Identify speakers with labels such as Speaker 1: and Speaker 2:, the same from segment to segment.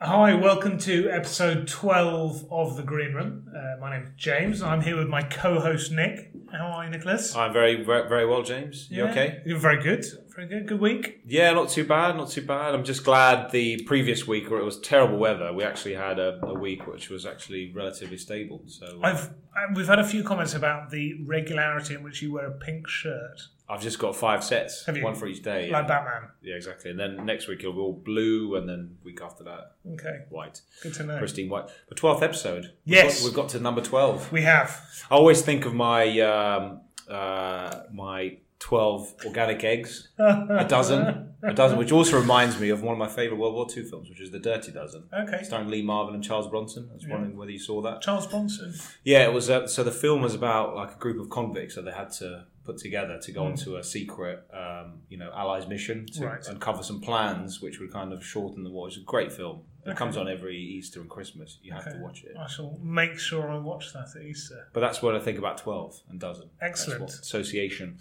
Speaker 1: hi, welcome to episode 12 of The Green Room. Uh, my name's James. I'm here with my co host, Nick. How are you, Nicholas?
Speaker 2: I'm very, very, very well, James. You
Speaker 1: Yeah.
Speaker 2: okay?
Speaker 1: You're very good. Very good. Good week.
Speaker 2: Yeah, not too bad, not too bad. I'm just glad the previous week where it was terrible weather, we actually had a, a week which was actually relatively stable. So I've,
Speaker 1: I've uh, We've had a few comments about the regularity in which you wear a pink shirt,
Speaker 2: just got five sets,
Speaker 1: Have you?
Speaker 2: one for each day.
Speaker 1: like Batman.
Speaker 2: yeah, exactly. And then next week it'll be all blue, and then week after that,
Speaker 1: Okay,
Speaker 2: white,
Speaker 1: good to know.
Speaker 2: pristine white. The twelfth episode. We've
Speaker 1: Yes.
Speaker 2: got- we've got to number twelve.
Speaker 1: We have.
Speaker 2: I always think of my um, uh, my twelve organic eggs, a dozen, a dozen, which also reminds me of one of my favorite World War II films, which is The Dirty Dozen,
Speaker 1: Okay.
Speaker 2: starring Lee Marvin and Charles Bronson. I was wondering whether you saw that.
Speaker 1: Charles Bronson.
Speaker 2: Yeah, it was. Uh, so the film was about like a group of convicts that they had to put together to go onto a secret, um, you know, Allies mission to
Speaker 1: Hmm. Right.
Speaker 2: uncover some plans which would kind of shorten the war. It's a great film. It comes on every Easter and Christmas. You have
Speaker 1: Okay.
Speaker 2: to watch it.
Speaker 1: I shall make sure I watch that at Easter.
Speaker 2: But that's what I think about twelve and dozen. That's
Speaker 1: Excellent.
Speaker 2: what association.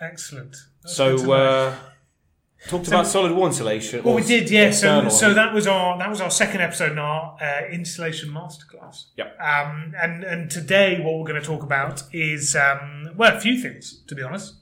Speaker 1: Excellent. That's good to
Speaker 2: So
Speaker 1: know.
Speaker 2: uh, talked about solid wall insulation.
Speaker 1: Well, Oh, we did, yeah. So,
Speaker 2: external.
Speaker 1: so that was our that was our second episode in our uh, installation masterclass.
Speaker 2: Yep.
Speaker 1: Um, and and today, what we're going to talk about is um, well, a few things to be honest.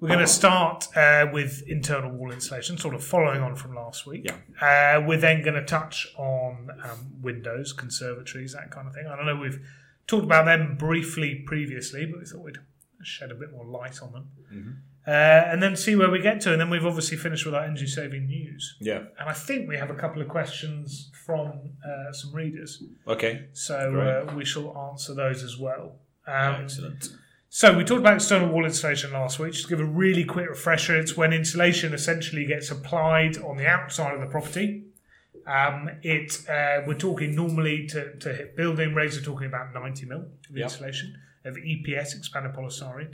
Speaker 1: We're going to start uh, with internal wall insulation, sort of following on from last week. Yeah. Uh, we're then going to touch on um, windows, conservatories, that kind of thing. I don't know. We've talked about them briefly previously, but we thought we'd shed a bit more light on them. Uh, and then see where we get to, and then we've obviously finished with our energy saving news.
Speaker 2: Yeah.
Speaker 1: And I think we have a couple of questions from uh, some readers.
Speaker 2: Okay.
Speaker 1: So uh, we shall answer those as well. Um,
Speaker 2: Excellent.
Speaker 1: so we talked about external wall insulation last week. Just to give a really quick refresher, it's when insulation essentially gets applied on the outside of the property. Um, it uh, we're talking normally to, to hit building rates. We're talking about ninety mil of
Speaker 2: Yep.
Speaker 1: insulation of EPS expanded polystyrene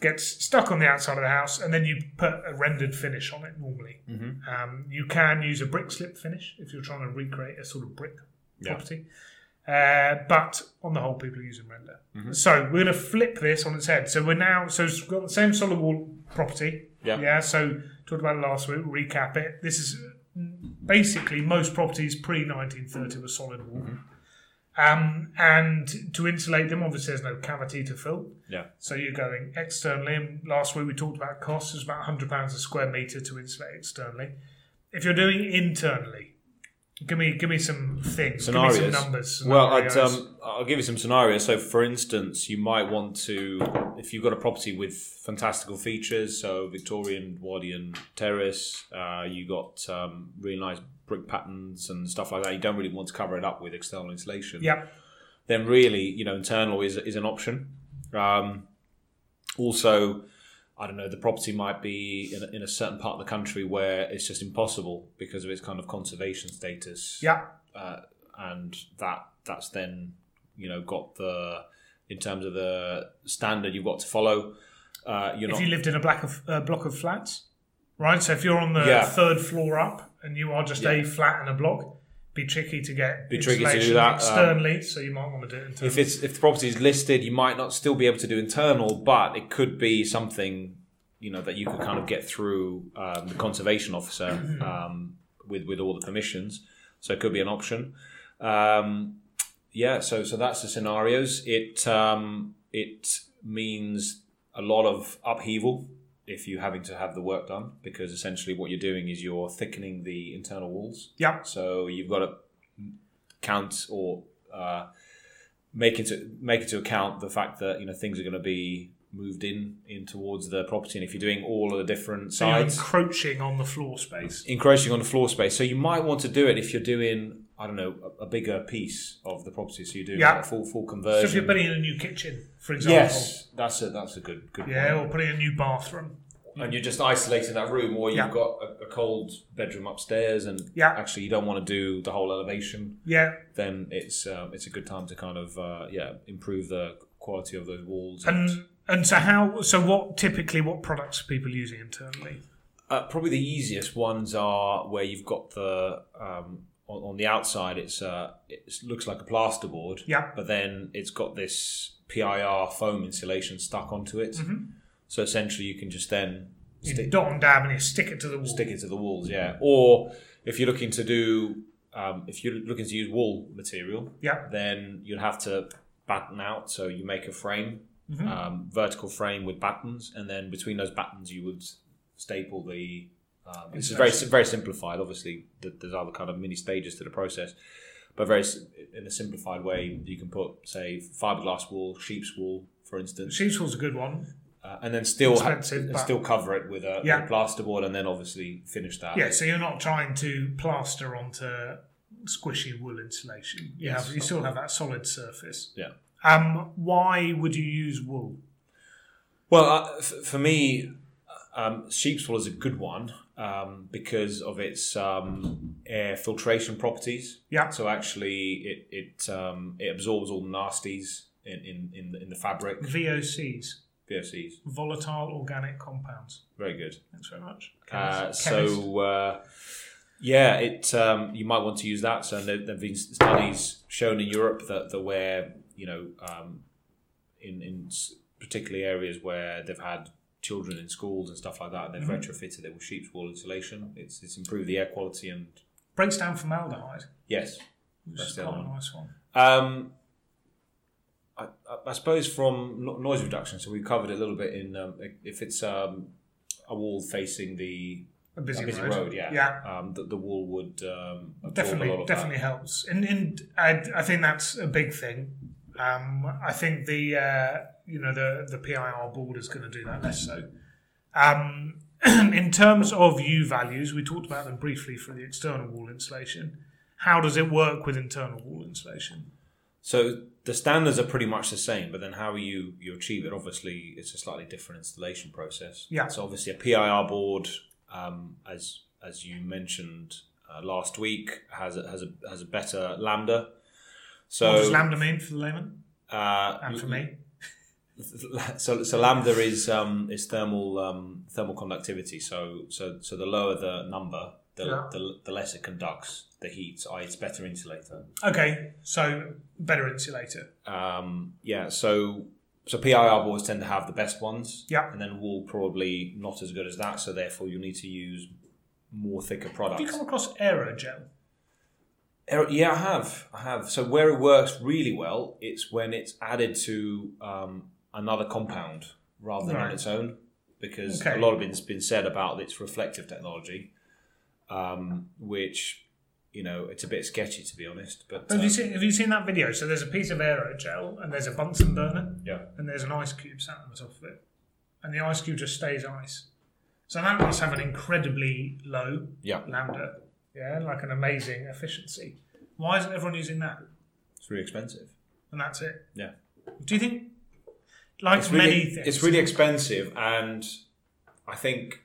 Speaker 1: gets stuck on the outside of the house, and then you put a rendered finish on it. Normally,
Speaker 2: Mm-hmm.
Speaker 1: um, you can use a brick slip finish if you're trying to recreate a sort of brick
Speaker 2: Yeah.
Speaker 1: property. Uh, but on the whole, people are using render. So we're going to flip this on its head. So we're now so it's got the same solid wall property.
Speaker 2: Yeah.
Speaker 1: Yeah. So talked about it last week. Recap it. This is mm, basically most properties pre 1930 were solid wall. Um, and to insulate them, obviously there's no cavity to fill.
Speaker 2: Yeah.
Speaker 1: So you're going externally. And last week we talked about costs. It's about £100 a square metre to insulate externally. If you're doing internally, give me give me some things. Give me
Speaker 2: Scenarios.
Speaker 1: some numbers.
Speaker 2: Well, I'd,
Speaker 1: scenarios.
Speaker 2: um, I'll give you some scenarios. So, for instance, you might want to, if you've got a property with fantastical features, so Victorian, Wardian terrace, uh, you got um, really nice brick patterns and stuff like that. You don't really want to cover it up with external insulation.
Speaker 1: yeah.
Speaker 2: then really, you know, internal is is an option. Um, also, I don't know, the property might be in a, in a certain part of the country where it's just impossible because of its kind of conservation status,
Speaker 1: Yeah.
Speaker 2: uh, and that that's then you know got the in terms of the standard you've got to follow. Uh, you're
Speaker 1: If
Speaker 2: not
Speaker 1: you lived in a black of, uh, block of flats, right? So if you're on the
Speaker 2: Yeah.
Speaker 1: third floor up and you are just a flat and a block, be tricky to get
Speaker 2: Be tricky to do
Speaker 1: insulation
Speaker 2: that, um,
Speaker 1: externally. so you might want to do it internally.
Speaker 2: if it's if the property is listed, you might not still be able to do internal, but it could be something you know that you could kind of get through um, the conservation officer um, with with all the permissions. So it could be an option. Um, yeah, so so that's the scenarios. It um, it means a lot of upheaval if you're having to have the work done because essentially what you're doing is you're thickening the internal walls.
Speaker 1: yeah.
Speaker 2: So you've got to count or uh, make into make into account the fact that you know things are going to be moved in in towards the property, and if you're doing all of the different
Speaker 1: You're
Speaker 2: sides,
Speaker 1: encroaching on the floor space.
Speaker 2: encroaching on the floor space. So you might want to do it if you're doing I don't know a, a bigger piece of the property. So you're doing
Speaker 1: Yeah.
Speaker 2: a full full
Speaker 1: So if you're
Speaker 2: conversion.
Speaker 1: putting in a new kitchen, for example,
Speaker 2: yes, that's a that's a good good
Speaker 1: yeah,
Speaker 2: point.
Speaker 1: or putting in a new bathroom,
Speaker 2: And you're just isolating that room, or you've
Speaker 1: Yeah.
Speaker 2: got a, a cold bedroom upstairs, and
Speaker 1: Yeah.
Speaker 2: actually you don't want to do the whole elevation
Speaker 1: yeah,
Speaker 2: then it's um, it's a good time to kind of uh, yeah improve the quality of those walls.
Speaker 1: and and so how? So what typically what products are people using internally?
Speaker 2: uh, probably the easiest ones are where you've got the um, on, on the outside. It's uh, it looks like a plasterboard,
Speaker 1: Yeah.
Speaker 2: but then it's got this PIR foam insulation stuck onto it.
Speaker 1: Mm-hmm.
Speaker 2: So essentially, you can just then
Speaker 1: You
Speaker 2: stick
Speaker 1: dot and dab and you stick it to the wall.
Speaker 2: stick it to the walls, yeah. Or if you're looking to do um, if you're looking to use wool material,
Speaker 1: Yeah.
Speaker 2: then you'd have to batten out. So you make a frame,
Speaker 1: Mm-hmm.
Speaker 2: um, vertical frame with battens, and then between those battens you would staple the. Um, this is very very simplified. Obviously, th- there's other kind of mini stages to the process, but very s- in a simplified way, you can put say fiberglass wool, sheep's wool, for instance,
Speaker 1: Sheep's wool's a good one.
Speaker 2: uh, and then still ha-
Speaker 1: Expensive, but-
Speaker 2: still cover it with a, with a
Speaker 1: Yeah.
Speaker 2: plasterboard, and then obviously finish that.
Speaker 1: Yeah, so you're not trying to plaster onto squishy wool insulation. You have you still have that solid surface.
Speaker 2: Yeah.
Speaker 1: Um, why would you use wool?
Speaker 2: Well, uh, f- for me, um, sheep's wool is a good one um, because of its um, air filtration properties.
Speaker 1: Yeah.
Speaker 2: So actually, it it um, it absorbs all the nasties in in in the, in the fabric.
Speaker 1: VOCs,
Speaker 2: VFCs,
Speaker 1: volatile organic compounds.
Speaker 2: very good.
Speaker 1: Thanks very much.
Speaker 2: Uh,
Speaker 1: Chemist. Chemist.
Speaker 2: so uh, yeah, it um, you might want to use that. So there, there've been studies shown in Europe that the where you know um, in in s- particularly areas where they've had children in schools and stuff like that, and they've retrofitted it with sheep's wool insulation. It's it's improved the air quality and
Speaker 1: breaks down formaldehyde,
Speaker 2: yes,
Speaker 1: which
Speaker 2: That's
Speaker 1: is
Speaker 2: the
Speaker 1: quite
Speaker 2: other
Speaker 1: a
Speaker 2: one.
Speaker 1: nice one.
Speaker 2: Um, I, I- I suppose from no- noise reduction. So we covered a little bit in um, if it's um, a wall facing the
Speaker 1: A busy,
Speaker 2: a busy road, yeah.
Speaker 1: Yeah.
Speaker 2: Um, the, the wall would um, absorb a lot
Speaker 1: definitely
Speaker 2: of
Speaker 1: definitely helps and and I, I think that's a big thing um i think the uh you know the the pir board is going to do that less so um in terms of u values we talked about them briefly for the external wall insulation how does it work with internal wall insulation
Speaker 2: that. So the standards are pretty much the same, but then how you, you achieve it, obviously, it's a slightly different installation process.
Speaker 1: Yeah.
Speaker 2: So obviously a PIR board, um, as as you mentioned uh, last week, has a, has a has a better lambda.
Speaker 1: what does
Speaker 2: So
Speaker 1: lambda mean for the layman
Speaker 2: uh,
Speaker 1: and for me
Speaker 2: so, so lambda is um, is thermal um, thermal conductivity. So so so the lower the number, the,
Speaker 1: Yeah.
Speaker 2: the, the less it conducts the heat. I it's better insulator.
Speaker 1: okay so better insulator
Speaker 2: Um, yeah, so so PIR boards tend to have the best ones.
Speaker 1: Yeah.
Speaker 2: And then wool probably not as good as that, so therefore you'll need to use more thicker
Speaker 1: have you
Speaker 2: products.
Speaker 1: come across aerogel
Speaker 2: Er- Yeah, I have. I have. So where it works really well, it's when it's added to um, another compound rather than on
Speaker 1: Right.
Speaker 2: its own, because
Speaker 1: Okay.
Speaker 2: a lot of it's been said about its reflective technology, um, which you know it's a bit sketchy to be honest. But
Speaker 1: have
Speaker 2: uh,
Speaker 1: you seen have you seen that video so there's a piece of aerogel and there's a bunsen burner
Speaker 2: yeah,
Speaker 1: and there's an ice cube sat on the top of it, and the ice cube just stays ice. So that must have an incredibly low
Speaker 2: yeah,
Speaker 1: lambda, yeah, like an amazing efficiency. Why isn't everyone using that?
Speaker 2: it's really expensive.
Speaker 1: And that's it.
Speaker 2: Yeah.
Speaker 1: Do you think, like
Speaker 2: it's
Speaker 1: many
Speaker 2: really,
Speaker 1: things,
Speaker 2: It's really expensive, and I think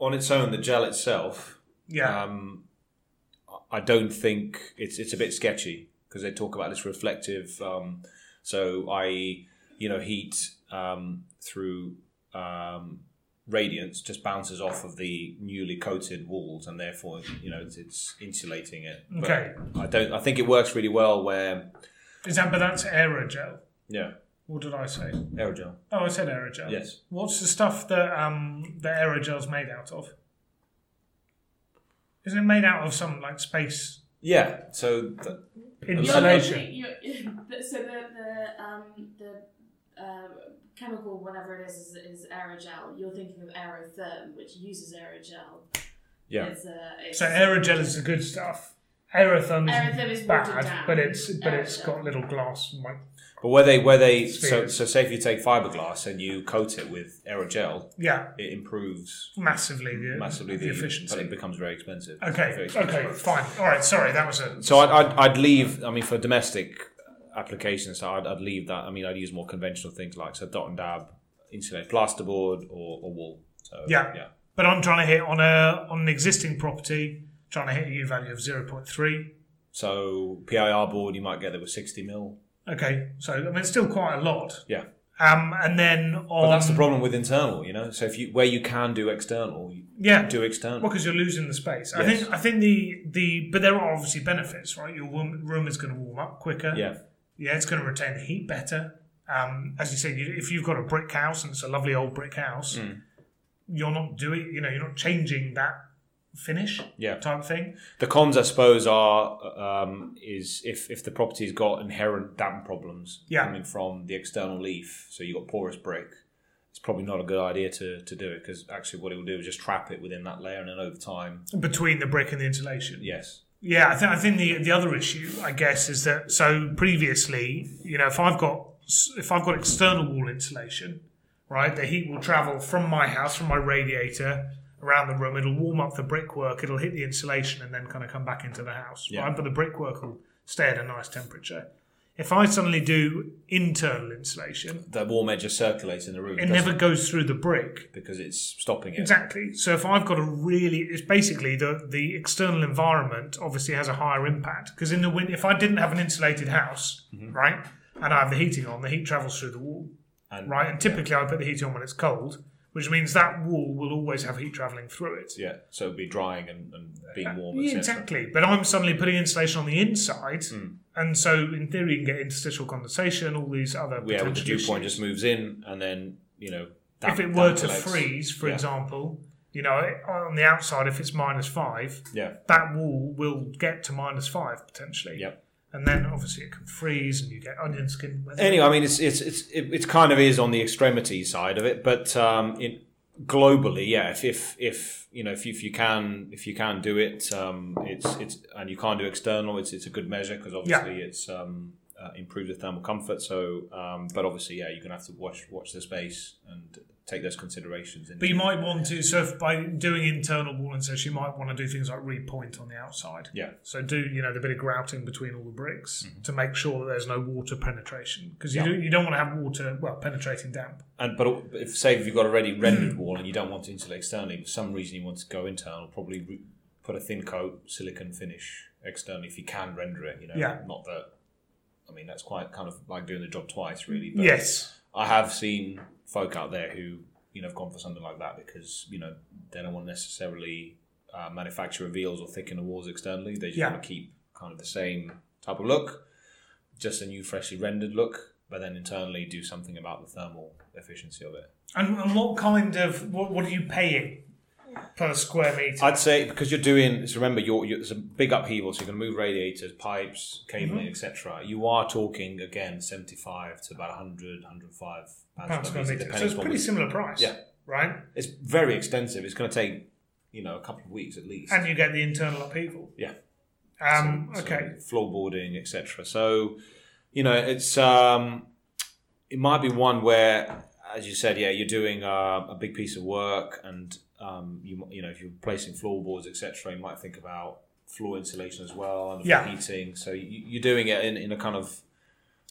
Speaker 2: on its own, the gel itself,
Speaker 1: yeah,
Speaker 2: um, I don't think it's it's a bit sketchy because they talk about this reflective. Um, so I, you know, heat um, through um, radiance just bounces off of the newly coated walls, and therefore, you know, it's, it's insulating it. But
Speaker 1: Okay.
Speaker 2: I don't. I think it works really well where.
Speaker 1: is that but that's aerogel?
Speaker 2: Yeah.
Speaker 1: What did I say?
Speaker 2: Aerogel.
Speaker 1: Oh, I said aerogel.
Speaker 2: Yes.
Speaker 1: What's the stuff that um that aerogel's made out of? Isn't it made out of some like space
Speaker 2: Yeah. So th-
Speaker 3: You're
Speaker 1: insulation?
Speaker 3: literally, you're, so the the um, the uh, chemical, whatever it is, is, is aerogel. You're thinking of aerotherm, which uses aerogel.
Speaker 2: yeah.
Speaker 3: It's, uh, it's,
Speaker 1: So aerogel is the good stuff. Aerotherm is,
Speaker 3: Aerotherm is watered
Speaker 1: bad,
Speaker 3: down.
Speaker 1: but it's but it's
Speaker 3: Aerogel.
Speaker 1: got little glass. Like,
Speaker 2: But where they where they so
Speaker 1: Spheres.
Speaker 2: so say if you take fiberglass and you coat it with aerogel,
Speaker 1: yeah,
Speaker 2: it improves
Speaker 1: massively the
Speaker 2: massively the,
Speaker 1: the
Speaker 2: But it
Speaker 1: efficiency.
Speaker 2: becomes very expensive. Very
Speaker 1: Okay,
Speaker 2: expensive.
Speaker 1: okay, fine. All right, sorry, that was a
Speaker 2: So I'd, I'd I'd leave. I mean, for domestic applications, so I'd, I'd leave that. I mean, I'd use more conventional things like so dot and dab, insulated plasterboard, or, or wool. So
Speaker 1: Yeah.
Speaker 2: yeah,
Speaker 1: But I'm trying to hit on a on an existing property, trying to hit a U value of zero point three.
Speaker 2: so PIR board you might get there with sixty mil.
Speaker 1: Okay, so I mean, it's still quite a lot.
Speaker 2: Yeah,
Speaker 1: Um, and then on
Speaker 2: but that's the problem with internal. You know, so if you where you can do external, you
Speaker 1: yeah,
Speaker 2: do external.
Speaker 1: Well, because you're losing the space. I
Speaker 2: Yes.
Speaker 1: think. I think the the but there are obviously benefits, right? Your room, room is going to warm up quicker.
Speaker 2: yeah,
Speaker 1: yeah, it's going to retain the heat better. Um, as you said, you, if you've got a brick house and it's a lovely old brick house, you're not doing, you know, you're not changing that finish
Speaker 2: Yeah.
Speaker 1: type thing.
Speaker 2: The cons, I suppose, are um, is if, if the property's got inherent damp problems
Speaker 1: Yeah.
Speaker 2: coming from the external leaf, so you've got porous brick, it's probably not a good idea to, to do it because actually what it will do is just trap it within that layer and then over time,
Speaker 1: Between the brick and the insulation.
Speaker 2: yes.
Speaker 1: Yeah, I think I think the the other issue, I guess, is that so previously, you know, if I've got if I've got external wall insulation, right, the heat will travel from my house from my radiator around the room. It'll warm up the brickwork. It'll hit the insulation and then kind of come back into the house,
Speaker 2: Yeah.
Speaker 1: right? But the brickwork will stay at a nice temperature. If I suddenly do internal insulation,
Speaker 2: The warm air just circulates in the room
Speaker 1: it
Speaker 2: doesn't
Speaker 1: never goes through the brick.
Speaker 2: because it's stopping it.
Speaker 1: Exactly. So if I've got a really, it's basically the the external environment obviously has a higher impact because in the wind, if I didn't have an insulated house,
Speaker 2: Mm-hmm.
Speaker 1: right, and I have the heating on, the heat travels through the wall,
Speaker 2: And,
Speaker 1: right, and typically I put the heat on when it's cold, which means that wall will always have heat traveling through it.
Speaker 2: Yeah, so it'd be drying and, and being warm.
Speaker 1: Yeah,
Speaker 2: etc.
Speaker 1: exactly. But I'm suddenly putting insulation on the inside,
Speaker 2: Hmm.
Speaker 1: and so in theory you can get interstitial condensation, all these other
Speaker 2: Yeah, with the
Speaker 1: potential
Speaker 2: dew point
Speaker 1: issues.
Speaker 2: just moves in and then, you know,
Speaker 1: if
Speaker 2: damp-
Speaker 1: it were
Speaker 2: damp
Speaker 1: to
Speaker 2: collects.
Speaker 1: freeze, for
Speaker 2: Yeah.
Speaker 1: example, you know, on the outside if it's minus five.
Speaker 2: Yeah,
Speaker 1: that wall will get to minus five potentially.
Speaker 2: yep.
Speaker 1: And then obviously it can freeze and you get onion skin. weather.
Speaker 2: Anyway, I mean, it's it's it's it, it kind of is on the extremity side of it, but um, in globally, yeah, if, if if you know if you, if you can if you can do it, um, it's it's and you can't do external, it's it's a good measure because obviously it's um, uh, improves the thermal comfort. So, um, but obviously, yeah, you're gonna have to watch watch the space and take those considerations. Into
Speaker 1: But you might want to, so if by doing internal wall insertion, you might want to do things like repoint on the outside.
Speaker 2: yeah.
Speaker 1: So do, you know, the bit of grouting between all the bricks to make sure that there's no water penetration. Because you,
Speaker 2: Mm-hmm. Yeah.
Speaker 1: do, you don't want to have water, well, penetrating damp.
Speaker 2: And but if say if you've got a already rendered wall and you don't want to insulate externally, for some reason you want to go internal, probably re- put a thin coat silicon finish externally if you can render it. You know,
Speaker 1: Yeah.
Speaker 2: not that. I mean, that's quite kind of like doing the job twice, really. But
Speaker 1: yes.
Speaker 2: I have seen folk out there who you know have gone for something like that because you know they don't want to necessarily uh, manufacture reveals or thicken the walls externally. They just
Speaker 1: Yeah.
Speaker 2: want to keep kind of the same type of look, just a new freshly rendered look, but then internally do something about the thermal efficiency of it.
Speaker 1: And, and what kind of, what, what are you paying per square meter?
Speaker 2: I'd say because you're doing. So remember, you're, you're, it's a big upheaval, so you're going to move radiators, pipes, cabling,
Speaker 1: Mm-hmm.
Speaker 2: etc. You are talking again 75 to about 100, 105
Speaker 1: pounds
Speaker 2: pounds per
Speaker 1: square
Speaker 2: meter,
Speaker 1: meter.
Speaker 2: depending
Speaker 1: So it's
Speaker 2: upon
Speaker 1: pretty
Speaker 2: which-
Speaker 1: similar price.
Speaker 2: Yeah.
Speaker 1: Right?
Speaker 2: It's very extensive. It's going to take you know a couple of weeks at least.
Speaker 1: And you get the internal upheaval.
Speaker 2: yeah.
Speaker 1: Um,
Speaker 2: So- so
Speaker 1: okay.
Speaker 2: floorboarding, etc. So you know, it's um, it might be one where, as you said, yeah, you're doing uh, a big piece of work, and um, you m- you know, if you're placing floorboards, etc., you might think about floor insulation as well and
Speaker 1: Yeah.
Speaker 2: heating. So you, you're doing it in, in a kind of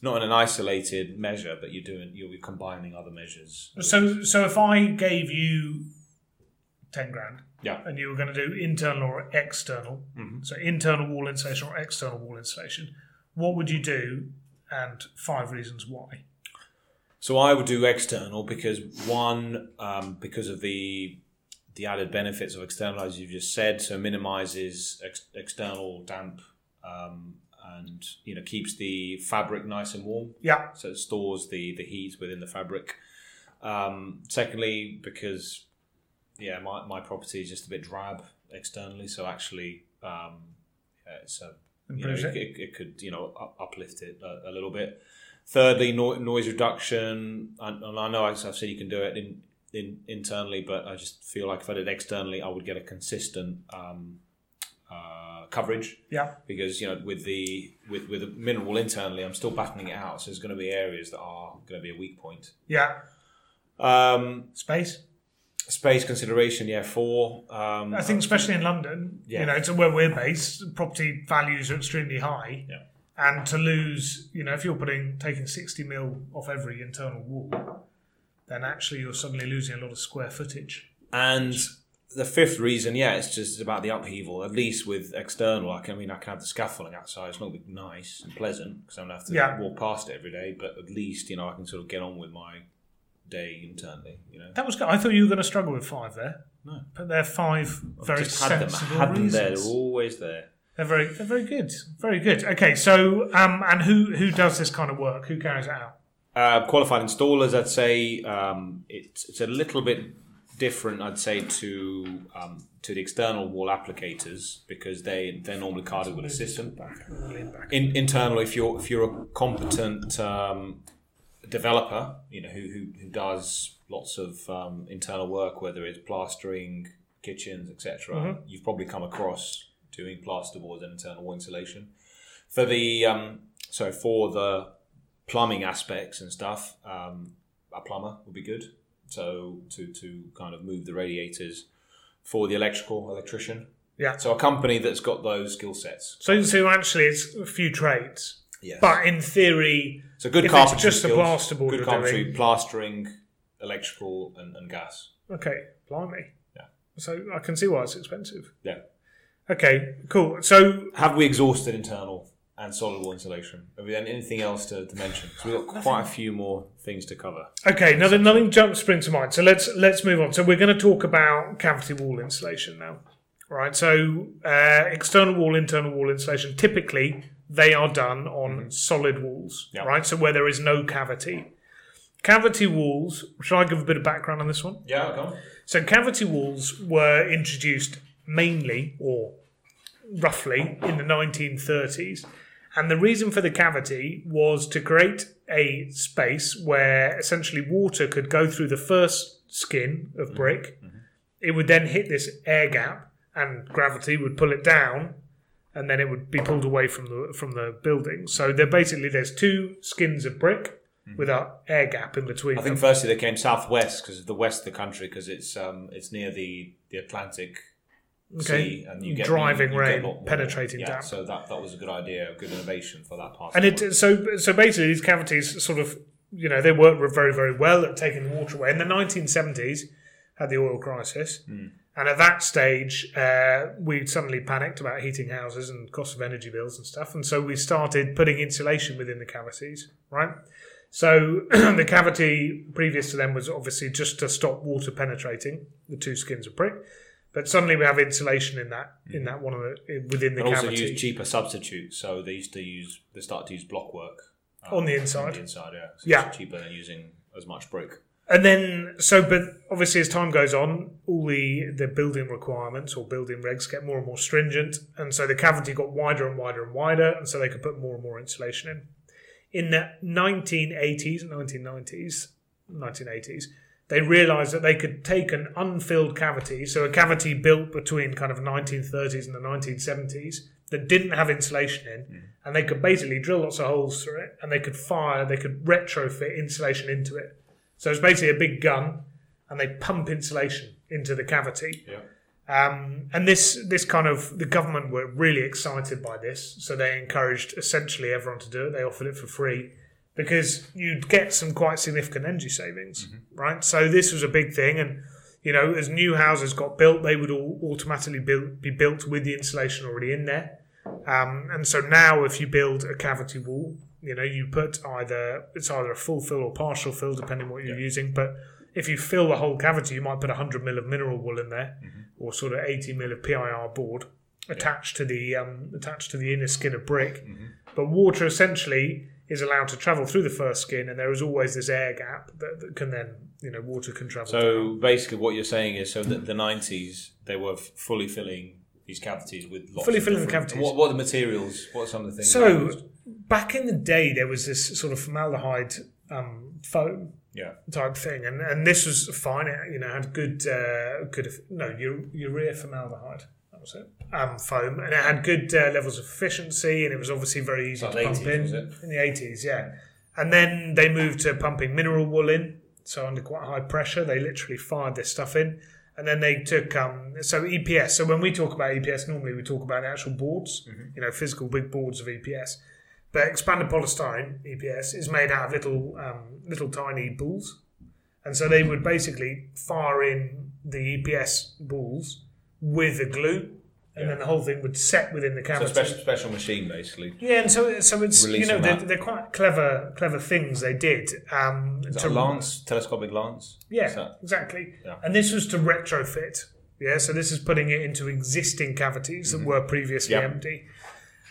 Speaker 2: not in an isolated measure, but you're doing you're combining other measures.
Speaker 1: So, so if I gave you ten grand,
Speaker 2: Yeah.
Speaker 1: and you were going to do internal or external,
Speaker 2: Mm-hmm.
Speaker 1: so internal wall insulation or external wall insulation, what would you do? And five reasons why.
Speaker 2: So I would do external because one, um, because of the the added benefits of external, as you've just said, so minimizes ex- external damp um, and you know keeps the fabric nice and warm,
Speaker 1: Yeah,
Speaker 2: so it stores the the heat within the fabric. Um, secondly, because yeah, my, my property is just a bit drab externally, so actually um, yeah, it's a you know,
Speaker 1: improves
Speaker 2: it,
Speaker 1: it.
Speaker 2: it, it could you know up, uplift it a, a little bit. Thirdly, no, noise reduction, and, and I know I've I've said you can do it in, in internally, but I just feel like if I did externally, I would get a consistent um, uh, coverage
Speaker 1: Yeah,
Speaker 2: because you know with the with with the mineral internally, I'm still battening it out, so there's going to be areas that are going to be a weak point.
Speaker 1: yeah.
Speaker 2: Um,
Speaker 1: Space.
Speaker 2: space consideration, yeah, four. Um,
Speaker 1: I think, especially in London,
Speaker 2: Yeah.
Speaker 1: you know, to where we're based, property values are extremely high.
Speaker 2: Yeah.
Speaker 1: And to lose, you know, if you're putting taking sixty mil off every internal wall, then actually you're suddenly losing a lot of square footage.
Speaker 2: And the fifth reason, yeah, it's just about the upheaval. At least with external, I, can, I mean, I can have the scaffolding outside. It's not gonna be nice and pleasant because I don't have to
Speaker 1: Yeah.
Speaker 2: walk past it every day. But at least you know I can sort of get on with my day internally. You know,
Speaker 1: That was good. I thought you were going to struggle with five there.
Speaker 2: No.
Speaker 1: But they're five very
Speaker 2: just had them,
Speaker 1: sensible
Speaker 2: had them
Speaker 1: reasons.
Speaker 2: there. They're always there.
Speaker 1: They're very, they're very good. Very good. Okay, so um, and who who does this kind of work? Who carries it out?
Speaker 2: Uh, qualified installers, I'd say um, it's it's a little bit different, I'd say, to um, to the external wall applicators because they they're normally carded with a system. In, internal, if you're if you're a competent um, developer, you know who, who, who does lots of um, internal work, whether it's plastering kitchens, etc. You've probably come across doing plasterboards and internal wall insulation. For the um, so for the plumbing aspects and stuff, um, a plumber would be good. So to to kind of move the radiators for the electrical electrician.
Speaker 1: Yeah.
Speaker 2: So a company that's got those skill sets.
Speaker 1: So, so actually, it's a few trades.
Speaker 2: Yes.
Speaker 1: But in theory,
Speaker 2: so
Speaker 1: if
Speaker 2: good
Speaker 1: it's
Speaker 2: carpentry
Speaker 1: just the
Speaker 2: skills,
Speaker 1: plasterboard
Speaker 2: good
Speaker 1: you're
Speaker 2: carpentry,
Speaker 1: doing.
Speaker 2: plastering, electrical, and, and gas.
Speaker 1: okay, blimey.
Speaker 2: Yeah.
Speaker 1: So I can see why it's expensive.
Speaker 2: Yeah.
Speaker 1: Okay, cool. So
Speaker 2: Have we exhausted internal and solid wall insulation? Have we done anything else to, to mention? 'Cause we've got quite a few more things to cover.
Speaker 1: okay, nothing nothing jumps springs to mind. So let's let's move on. So we're going to talk about cavity wall insulation now. Right. So uh, external wall, internal wall insulation. Typically, they are done on solid walls.
Speaker 2: Mm-hmm. Yeah.
Speaker 1: Right. So where there is no cavity. Cavity walls. Shall I give a bit of background on this one?
Speaker 2: Yeah, go on.
Speaker 1: So cavity walls were introduced mainly or roughly in the 1930s. And the reason for the cavity was to create a space where essentially water could go through the first skin of
Speaker 2: Mm-hmm.
Speaker 1: brick. It would then hit this air gap and gravity would pull it down and then it would be pulled away from the from the building. So there basically there's two skins of brick with an air gap in between.
Speaker 2: Mm-hmm. I think
Speaker 1: them.
Speaker 2: firstly they came southwest because of the west of the country because it's um it's near the the Atlantic Sea and you get
Speaker 1: Driving
Speaker 2: you get
Speaker 1: rain,
Speaker 2: a lot more-
Speaker 1: penetrating
Speaker 2: yeah,
Speaker 1: damp.
Speaker 2: So that that was a good idea, a good innovation for that part.
Speaker 1: And
Speaker 2: of the
Speaker 1: it so so basically these cavities sort of you know they work very very well at taking the water away. In the 1970s, had the oil crisis,
Speaker 2: Hmm.
Speaker 1: and at that stage uh, we suddenly panicked about heating houses and cost of energy bills and stuff, and so we started putting insulation within the cavities, right? So the cavity previous to them was obviously just to stop water penetrating the two skins of brick, but suddenly we have insulation in that in that one of the within the
Speaker 2: and Hmm. also
Speaker 1: cavity.
Speaker 2: use cheaper substitutes. So they used to use they started to use block work um,
Speaker 1: On the inside.
Speaker 2: the inside, yeah. So it's
Speaker 1: Yeah.
Speaker 2: cheaper than using as much brick.
Speaker 1: And then, so, but obviously, as time goes on, all the, the building requirements or building regs get more and more stringent. And so the cavity got wider and wider and wider. And so they could put more and more insulation in. In the 1980s, 1990s, 1980s, they realized that they could take an unfilled cavity, so a cavity built between kind of 1930s and the 1970s that didn't have insulation in, and they could basically drill lots of holes through it and they could fire, they could retrofit insulation into it. So it's basically a big gun, and they pump insulation into the cavity.
Speaker 2: Yeah.
Speaker 1: Um, and this this kind of the government were really excited by this, so they encouraged essentially everyone to do it. They offered it for free because you'd get some quite significant energy savings, right? So this was a big thing, and you know, as new houses got built, they would all automatically built, be built with the insulation already in there. Um, and so now, if you build a cavity wall, you know you put either it's either a full fill or partial fill, depending what you're using. But if you fill the whole cavity, you might put 100 mil of mineral wool in there, or sort of 80 mil of PIR board attached to the um, attached to the inner skin of brick. But water essentially is allowed to travel through the first skin, and there is always this air gap that, that can then you know water can travel.
Speaker 2: So basically, what you're saying is, so that the '90s they were f- fully filling these cavities with lots
Speaker 1: Fully
Speaker 2: of
Speaker 1: filling the
Speaker 2: different-
Speaker 1: cavities.
Speaker 2: What, what are the materials? What are some of the things? they
Speaker 1: So
Speaker 2: used?
Speaker 1: back in the day, there was this sort of formaldehyde um, foam
Speaker 2: yeah,
Speaker 1: type thing, and and this was fine. It you know had good uh, good no u- urea formaldehyde. That was it. Um, foam, and it had good uh, levels of efficiency, and it was obviously very easy
Speaker 2: About
Speaker 1: to pump
Speaker 2: 80s,
Speaker 1: in
Speaker 2: was it?
Speaker 1: in the eighties. Yeah, and then they moved to pumping mineral wool in. So under quite high pressure, they literally fired this stuff in, and then they took um, so EPS. So when we talk about EPS, normally we talk about the actual boards, you know, physical big boards of EPS. But expanded polystyrene EPS is made out of little um, little tiny balls, and so they would basically fire in the EPS balls with a glue, and then the whole thing would set within the
Speaker 2: so
Speaker 1: cavity.
Speaker 2: special special machine basically.
Speaker 1: yeah, and so so it's you
Speaker 2: Release
Speaker 1: know
Speaker 2: on
Speaker 1: they're,
Speaker 2: that.
Speaker 1: they're quite clever clever things they did um,
Speaker 2: Is that
Speaker 1: to
Speaker 2: a lance, telescopic lance.
Speaker 1: yeah,
Speaker 2: Is that-
Speaker 1: exactly.
Speaker 2: Yeah.
Speaker 1: And this was to retrofit. Yeah, so this is putting it into existing cavities that were previously
Speaker 2: Yeah.
Speaker 1: empty.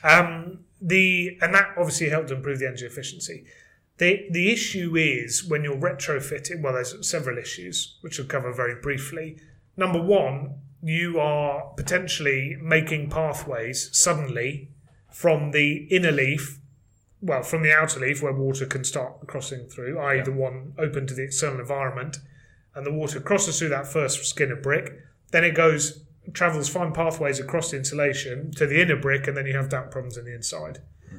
Speaker 1: Um, the and that obviously helped improve the energy efficiency. The, the issue is when you're retrofitting, well, there's several issues, which I'll cover very briefly. Number one, you are potentially making pathways suddenly from the inner leaf, well, from the outer leaf where water can start crossing through, i.e., the one open to the external environment, and the water crosses through that first skin of brick. Then it goes, travels fine pathways across the insulation to the inner brick, and then you have damp problems in the inside.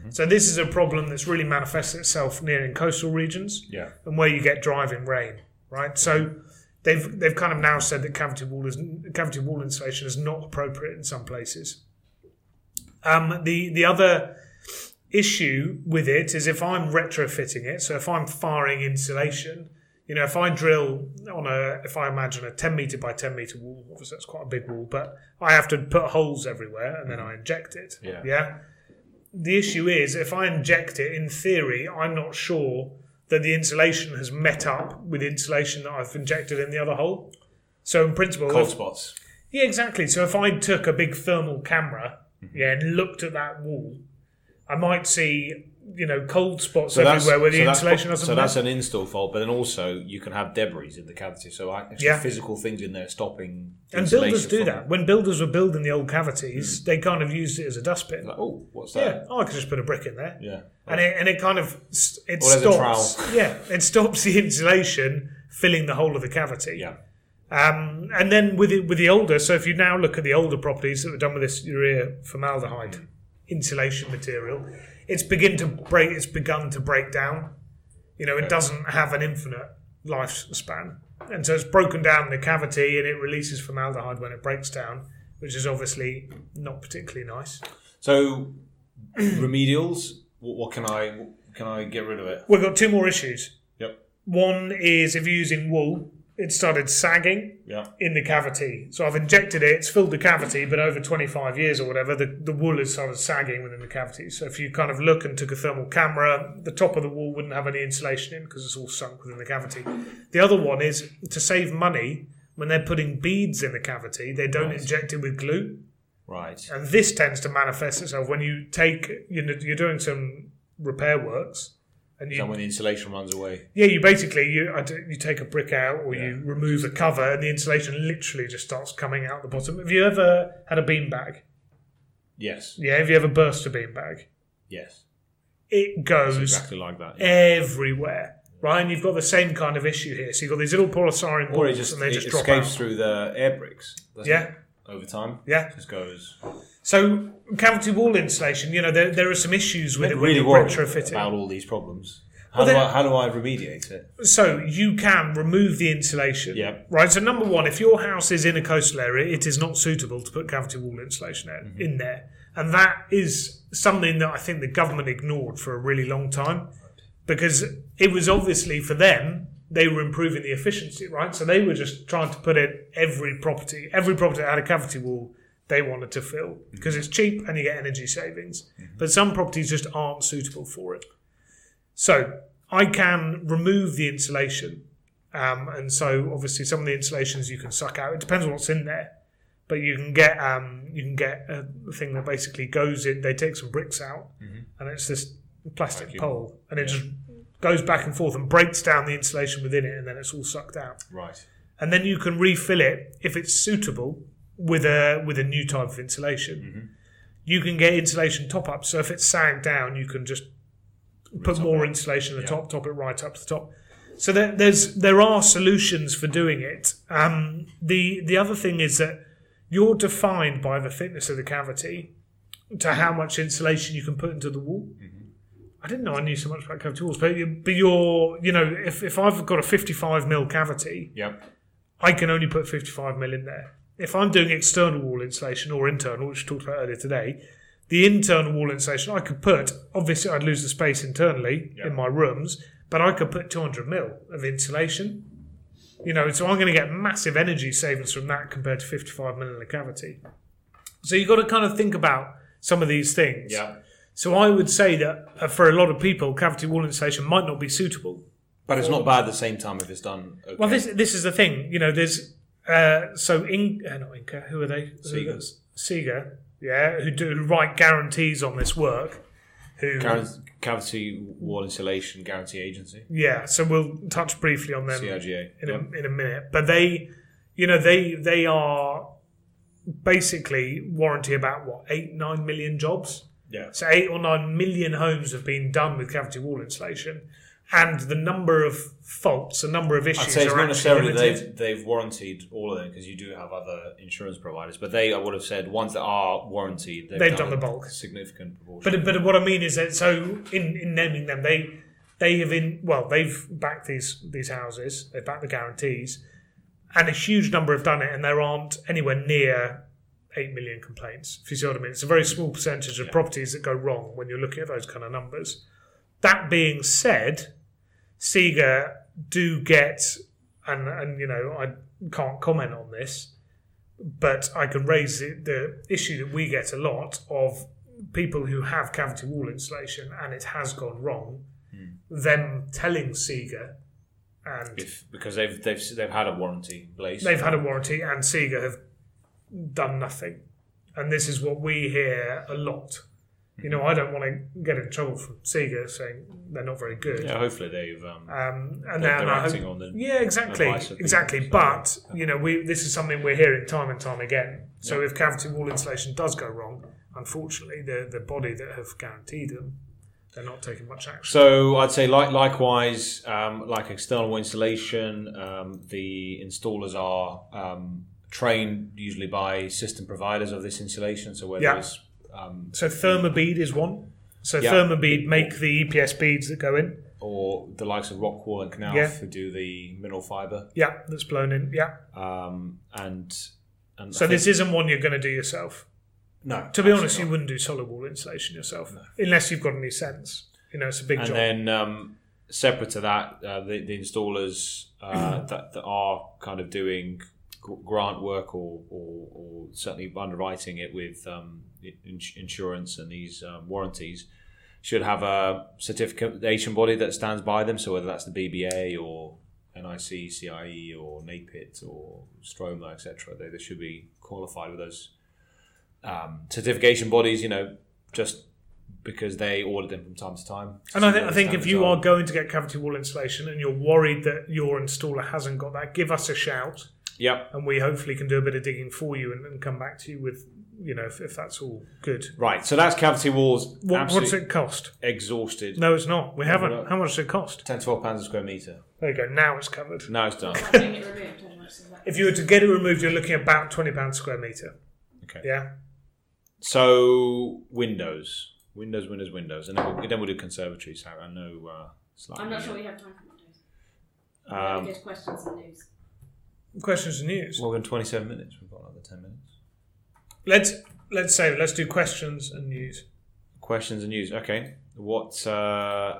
Speaker 1: So this is a problem that's really manifests itself near in coastal regions
Speaker 2: Yeah.
Speaker 1: and where you get driving rain, right? So they've they've kind of now said that cavity wall is cavity wall insulation is not appropriate in some places. Um, the the other issue with it is if I'm retrofitting it, so if I'm firing insulation, you know, if I drill on a, if I imagine a 10 meter by 10 meter wall, obviously that's quite a big wall, but I have to put holes everywhere and then I inject it.
Speaker 2: Yeah.
Speaker 1: Yeah. The issue is if I inject it, in theory, I'm not sure that the insulation has met up with the insulation that I've injected in the other hole. So in principle,
Speaker 2: Cold
Speaker 1: if-
Speaker 2: spots.
Speaker 1: yeah, exactly. So if I took a big thermal camera,
Speaker 2: Mm-hmm.
Speaker 1: yeah, and looked at that wall, I might see, you know, cold spots everywhere where the
Speaker 2: so
Speaker 1: insulation
Speaker 2: that's,
Speaker 1: hasn't.
Speaker 2: so
Speaker 1: met.
Speaker 2: that's an install fault, but then also you can have debris in the cavity. So I- actually
Speaker 1: Yeah.
Speaker 2: physical things in there stopping.
Speaker 1: and
Speaker 2: insulation
Speaker 1: builders do
Speaker 2: from- Mm.
Speaker 1: that. When builders were building the old cavities, they kind of used it as a dustbin.
Speaker 2: Like, oh, what's
Speaker 1: yeah,
Speaker 2: that?
Speaker 1: oh, I could just put a brick in there,
Speaker 2: Yeah.
Speaker 1: and it and it kind of s- it
Speaker 2: Or there's a
Speaker 1: stops. Yeah, it stops the insulation filling the whole of the cavity.
Speaker 2: yeah.
Speaker 1: Um, and then with the, with the older, so if you now look at the older properties that were done with this urea formaldehyde insulation material, it's begin to break. It's begun to break down. You know, it doesn't have an infinite lifespan, and so it's broken down in the cavity, and it releases formaldehyde when it breaks down, which is obviously not particularly nice.
Speaker 2: So remedials. What, what can I? Can I get rid of it?
Speaker 1: We've got two more issues.
Speaker 2: Yep.
Speaker 1: One is if you're using wool, it started sagging.
Speaker 2: Yeah.
Speaker 1: in the cavity. So I've injected it, it's filled the cavity, but over 25 years or whatever, the, the wool is sort of sagging within the cavity. So if you kind of look and took a thermal camera, the top of the wall wouldn't have any insulation in because it's all sunk within the cavity. The other one is to save money, when they're putting beads in the cavity, they don't inject it with glue.
Speaker 2: Right.
Speaker 1: And this tends to manifest itself when you take, you know, you're doing some repair works. And you
Speaker 2: And when the insulation runs away.
Speaker 1: yeah, you basically you I don't- you take a brick out or you remove a cover, and the insulation literally just starts coming out the bottom. Have you ever had a beanbag?
Speaker 2: Yes.
Speaker 1: Yeah, have you ever burst a beanbag?
Speaker 2: Yes.
Speaker 1: It goes
Speaker 2: Exactly like that. yeah.
Speaker 1: everywhere, right? And you've got the same kind of issue here. So you've got these little polystyrene
Speaker 2: Or it
Speaker 1: balls,
Speaker 2: just,
Speaker 1: and they
Speaker 2: it
Speaker 1: just drop
Speaker 2: escapes
Speaker 1: out.
Speaker 2: through the air bricks. doesn't
Speaker 1: Yeah.
Speaker 2: it? Over time.
Speaker 1: Yeah.
Speaker 2: Just goes.
Speaker 1: So cavity wall insulation, you know, there, there are some issues with it when
Speaker 2: really
Speaker 1: you're
Speaker 2: worried
Speaker 1: retrofitting.
Speaker 2: about all these problems. How,
Speaker 1: Well,
Speaker 2: do
Speaker 1: then-
Speaker 2: I, how do I remediate it?
Speaker 1: so you can remove the insulation.
Speaker 2: Yeah.
Speaker 1: Right. So number one, if your house is in a coastal area, it is not suitable to put cavity wall insulation in, in there, and that is something that I think the government ignored for a really long time, because it was obviously for them they were improving the efficiency, right? So they were just trying to put in every property, every property that had a cavity wall they wanted to fill because it's cheap and you get energy savings. But some properties just aren't suitable for it. So I can remove the insulation. Um, and so obviously some of the insulations you can suck out. It depends on what's in there. But you can get um, you can get a thing that basically goes in. They take some bricks out, and it's this plastic pole, and it just goes back and forth and breaks down the insulation within it, and then it's all sucked out.
Speaker 2: Right.
Speaker 1: And then you can refill it if it's suitable with a with a new type of insulation. You can get insulation top ups. So if it's sagged down, you can just put more insulation at the top, top it right up to the top. So there, there's there are solutions for doing it. Um, the the other thing is that you're defined by the thickness of the cavity to how much insulation you can put into the wall. I didn't know I knew so much about cavity walls, but you- but you're you know if, if I've got a 55 mil cavity,
Speaker 2: Yep.
Speaker 1: I can only put 55 mil in there. If I'm doing external wall insulation or internal, which we talked about earlier today, the internal wall insulation I could put, obviously, I'd lose the space internally in my rooms, but I could put 200 mil of insulation. You know, so I'm going to get massive energy savings from that compared to 55 mil in a cavity. So you've got to kind of think about some of these things.
Speaker 2: Yeah.
Speaker 1: So I would say that uh, for a lot of people, cavity wall insulation might not be suitable
Speaker 2: But it's not bad at the same time if it's done. Okay.
Speaker 1: well, this this is the thing, you know. There's uh, so in uh, not Inca. Who are they? Who are
Speaker 2: Seeger.
Speaker 1: those? Seeger, yeah, who do who write guarantees on this work. who
Speaker 2: Guaran- Cavity wall insulation guarantee agency.
Speaker 1: yeah. So we'll touch briefly on them
Speaker 2: CRGA.
Speaker 1: Mm. in a,
Speaker 2: Yep.
Speaker 1: in a minute. But they, you know, they they are basically warranty about what eight nine million jobs.
Speaker 2: Yeah.
Speaker 1: So eight or nine million homes have been done with cavity wall insulation, and the number of faults, the number of issues.
Speaker 2: I'd say it's
Speaker 1: are
Speaker 2: not
Speaker 1: actually
Speaker 2: necessarily
Speaker 1: limited.
Speaker 2: they've they've warranted all of them because you do have other insurance providers, but they I would have said ones that are warranted
Speaker 1: They've done the bulk.
Speaker 2: significant proportion.
Speaker 1: But but what I mean is that so in, in naming them they they have in well they've backed these these houses they've backed the guarantees and a huge number have done it and there aren't anywhere near eight million complaints if you see what I mean it's a very small percentage of properties that go wrong when you're looking at those kind of numbers. That being said, Sega do get and and you know I can't comment on this but I can raise the, the issue that we get a lot of people who have cavity wall insulation and it has gone wrong,
Speaker 2: Hmm.
Speaker 1: them telling Sega and
Speaker 2: if, because they've they've they've had a warranty in place.
Speaker 1: they've had a warranty and Sega have done nothing. And this is what we hear a lot. You know, I don't want to get in trouble from Sega saying they're not very good.
Speaker 2: yeah, hopefully they've um,
Speaker 1: Um, and
Speaker 2: They're-
Speaker 1: now
Speaker 2: they're
Speaker 1: now-
Speaker 2: acting on the
Speaker 1: yeah, exactly,
Speaker 2: advice of the-
Speaker 1: exactly.
Speaker 2: so,
Speaker 1: but you know, we this is something we're hearing time and time again. So if cavity wall insulation does go wrong, unfortunately, the the body that have guaranteed them, they're not taking much action.
Speaker 2: So I'd say like likewise, um, like external installation, um, the installers are um, trained usually by system providers of this insulation. So whether
Speaker 1: Yeah.
Speaker 2: it's um,
Speaker 1: So thermobead is one. So
Speaker 2: Yeah.
Speaker 1: thermobead make the EPS beads that go in.
Speaker 2: or the likes of Rockwall and Knauf
Speaker 1: Yeah.
Speaker 2: who do the mineral fiber,
Speaker 1: Yeah, that's blown in. Yeah.
Speaker 2: um, and and
Speaker 1: So
Speaker 2: I
Speaker 1: this
Speaker 2: think-
Speaker 1: isn't one you're going to do yourself.
Speaker 2: no.
Speaker 1: To be
Speaker 2: absolutely
Speaker 1: honest, you
Speaker 2: not.
Speaker 1: wouldn't do solid wall insulation yourself unless you've got any sense. You know, it's a big
Speaker 2: and
Speaker 1: job.
Speaker 2: then um, separate to that, uh, the, the installers uh, that, that are kind of doing gr- grant work or, or, or certainly underwriting it with um, i- ins- insurance and these um, warranties should have a certification body that stands by them. So whether that's the BBA or NIC, CIE E or NAPIT or Stroma, etc., they, they should be qualified with those um, certification bodies. You know, just because they audit them from time to time. to
Speaker 1: And I, th-
Speaker 2: see where
Speaker 1: I
Speaker 2: the
Speaker 1: think if
Speaker 2: standards
Speaker 1: you are going to get cavity wall insulation and you're worried that your installer hasn't got that, give us a shout,
Speaker 2: yep,
Speaker 1: and we hopefully can do a bit of digging for you and, and come back to you with, you know, if, if that's all good.
Speaker 2: right. So that's cavity walls.
Speaker 1: What,
Speaker 2: absolutely
Speaker 1: what's it cost?
Speaker 2: exhausted.
Speaker 1: No, it's not. We haven't.
Speaker 2: not.
Speaker 1: How much does it cost?
Speaker 2: 10 12 pounds a square meter.
Speaker 1: There you go. Now it's covered.
Speaker 2: Now it's done.
Speaker 3: Having it removed, how much is that?
Speaker 1: If you were to get it removed, you're looking at about twenty pounds square meter.
Speaker 2: Okay.
Speaker 1: Yeah.
Speaker 2: So Windows, Windows, Windows, Windows, and then we'll, then we'll do conservatories. I I know. Uh, slightly.
Speaker 3: I'm not sure we have time for Mondays.
Speaker 2: Um,
Speaker 3: good questions and news.
Speaker 1: Questions and news.
Speaker 2: well, we're in 27 minutes. We've got another 10 minutes.
Speaker 1: Let's let's say let's do questions and news.
Speaker 2: Questions and news. Okay. What? Uh,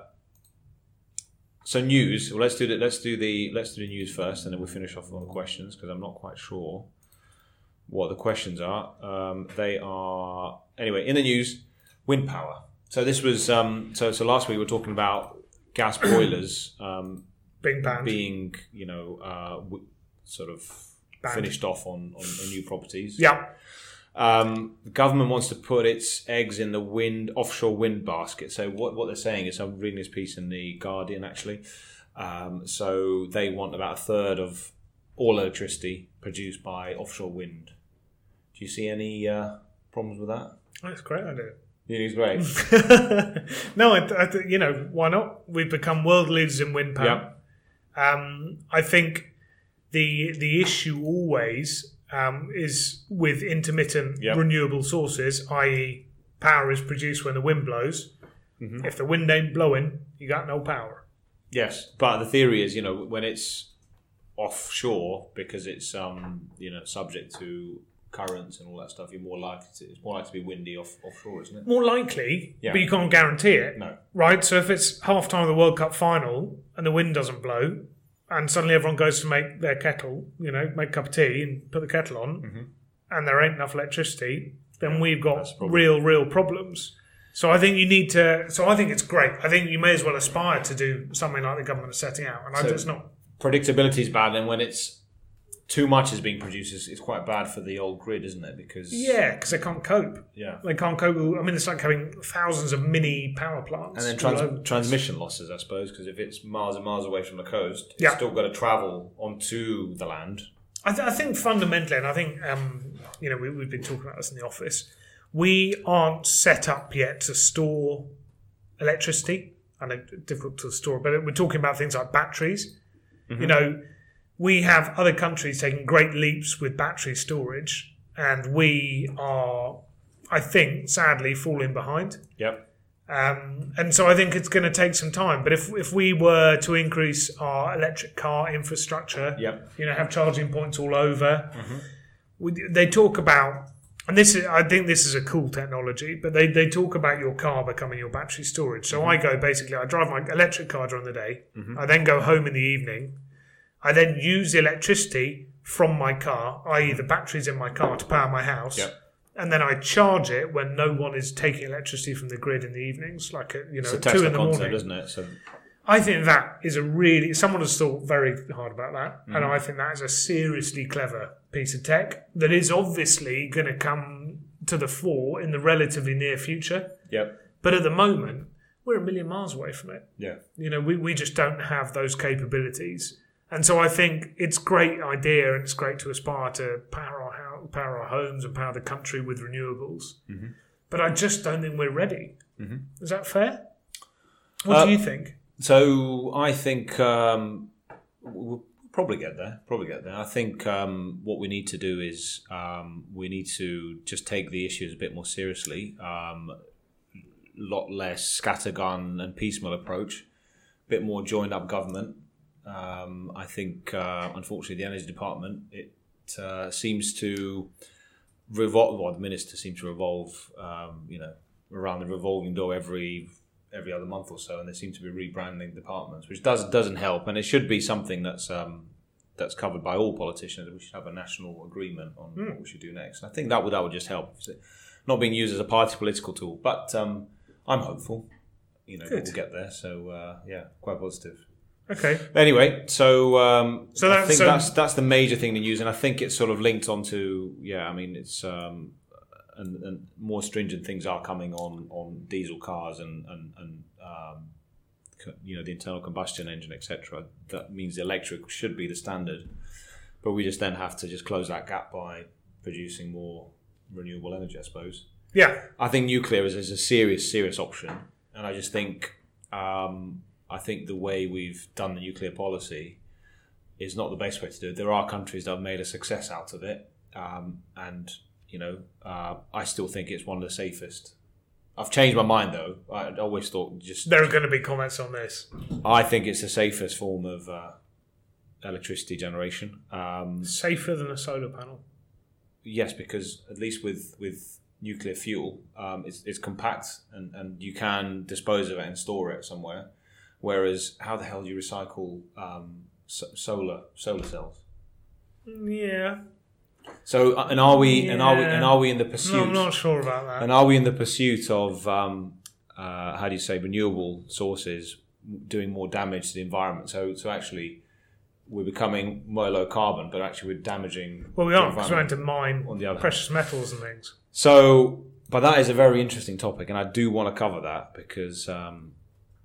Speaker 2: so news. Well, let's do the let's do the let's do the news first, and then we'll finish off on the questions because I'm not quite sure what the questions are. Um, they are anyway in the news. Wind power. So this was um, so so last week we were talking about gas boilers um,
Speaker 1: Being banned.
Speaker 2: being you know uh, w- sort of
Speaker 1: Banned.
Speaker 2: finished off on, on, on new properties.
Speaker 1: yeah.
Speaker 2: Um, the government wants to put its eggs in the wind offshore wind basket. So what what they're saying is I'm reading this piece in the Guardian actually. Um, so they want about a third of all electricity produced by offshore wind. Do you see any uh, problems with that?
Speaker 1: That's a great idea.
Speaker 2: It is great.
Speaker 1: no, I, th- I th- you know why not? We've become world leaders in wind power. Um, I think the the issue always um, is with intermittent
Speaker 2: Yep.
Speaker 1: renewable sources, i.e., power is produced when the wind blows.
Speaker 2: Mm-hmm.
Speaker 1: If the wind ain't blowing, you got no power.
Speaker 2: Yes, but the theory is, you know, when it's offshore because it's um, you know, subject to currents and all that stuff, you're more likely to it's more likely to be windy off, offshore, isn't it?
Speaker 1: More likely,
Speaker 2: Yeah.
Speaker 1: but you can't guarantee it.
Speaker 2: No.
Speaker 1: right? So if it's half time of the World Cup final and the wind doesn't blow, and suddenly everyone goes to make their kettle, you know, make a cup of tea and put the kettle on, and there ain't enough electricity, then we've got
Speaker 2: Mm-hmm. that's a problem.
Speaker 1: real, real problems. So I think you need to. So I think it's great. I think you may as well aspire to do something like the government is setting out, and I
Speaker 2: So-
Speaker 1: it's not.
Speaker 2: Predictability is bad, and when it's too much is being produced is, is quite bad for the old grid, isn't it? Because
Speaker 1: Yeah, because they can't cope.
Speaker 2: yeah.
Speaker 1: They can't cope. with- I mean, it's like having thousands of mini power plants.
Speaker 2: And then
Speaker 1: all over.
Speaker 2: trans- transmission losses, I suppose, because if it's miles and miles away from the coast, it's
Speaker 1: Yeah.
Speaker 2: still got to travel onto the land.
Speaker 1: I, th- I think fundamentally, and I think um, you know we, we've been talking about this in the office. We aren't set up yet to store electricity. I know difficult to store, but we're talking about things like batteries. You know, we have other countries taking great leaps with battery storage, and we are, I think, sadly falling behind.
Speaker 2: Yep.
Speaker 1: Um, and so I think it's going to take some time. But if if we were to increase our electric car infrastructure,
Speaker 2: Yep.
Speaker 1: you know, have charging points all over, we, they talk about, and this is I think this is a cool technology, but they they talk about your car becoming your battery storage. So I go basically, I drive my electric car during the day, I then go home in the evening, I then use the electricity from my car, i.e., the batteries in my car, to power my house
Speaker 2: Yep.
Speaker 1: and then I charge it when no one is taking electricity from the grid in the evenings, like at you know
Speaker 2: It's a
Speaker 1: at two
Speaker 2: Tesla
Speaker 1: in the
Speaker 2: concept,
Speaker 1: morning.
Speaker 2: isn't it? So
Speaker 1: I think that is a really someone has thought very hard about that,
Speaker 2: Mm.
Speaker 1: and I think that is a seriously clever piece of tech that is obviously going to come to the fore in the relatively near future.
Speaker 2: yep.
Speaker 1: But at the moment, we're a million miles away from it.
Speaker 2: Yeah.
Speaker 1: You know, we, we just don't have those capabilities. And so I think it's great idea and it's great to aspire to power our hou- power our homes and power the country with renewables.
Speaker 2: Mm-hmm.
Speaker 1: But I just don't think we're ready. Is that fair? What
Speaker 2: Uh,
Speaker 1: do you think?
Speaker 2: So I think um, we'll probably get there. Probably get there. I think um, what we need to do is um, we need to just take the issues a bit more seriously. Um, lot less scattergun and piecemeal approach. Bit more joined up government. Um, I think, uh, unfortunately, the energy department it uh, seems to revolve. Well, the minister seems to revolve, um, you know, around the revolving door every every other month or so, and they seem to be rebranding departments, which does doesn't help. And it should be something that's um, that's covered by all politicians. We should have a national agreement on what we should do next. And I think that would that would just help. It's Not being used as a party political tool, but um, I'm hopeful. You know,
Speaker 1: Good.
Speaker 2: we'll get there. So uh, yeah, quite positive.
Speaker 1: Okay.
Speaker 2: Anyway, so um,
Speaker 1: So
Speaker 2: so
Speaker 1: that-
Speaker 2: I think
Speaker 1: so-
Speaker 2: that's that's the major thing to use, and I think it's sort of linked onto yeah. I mean, it's um, and, and more stringent things are coming on on diesel cars and and and um, co- you know the internal combustion engine, etc. That means the electric should be the standard, but we just then have to just close that gap by producing more renewable energy, I suppose.
Speaker 1: Yeah.
Speaker 2: I think nuclear is, is a serious, serious option, and I just think um, I think the way we've done the nuclear policy is not the best way to do it. There are countries that have made a success out of it, um, and you know, uh, I still think it's one of the safest. I've changed my mind though. I I'd always thought just
Speaker 1: There are going to be comments on this.
Speaker 2: I think it's the safest form of uh, electricity generation. Um,
Speaker 1: Safer than a solar panel.
Speaker 2: Yes, because at least with with nuclear fuel, um, it's, it's compact and, and you can dispose of it and store it somewhere. Whereas, how the hell do you recycle um, so- solar solar cells?
Speaker 1: Yeah.
Speaker 2: So, uh, and are we and are we and
Speaker 1: Yeah.
Speaker 2: are we in the
Speaker 1: No,
Speaker 2: pursuit?
Speaker 1: I'm not sure about that.
Speaker 2: And are we in the pursuit of um, uh, how do you say renewable sources doing more damage to the environment? So, so actually, we're becoming more low carbon, but actually we're damaging.
Speaker 1: Well, we
Speaker 2: the
Speaker 1: are because we're
Speaker 2: environment.
Speaker 1: going to mine
Speaker 2: On the other
Speaker 1: precious metals and things.
Speaker 2: So, but that is a very interesting topic, and I do want to cover that because um,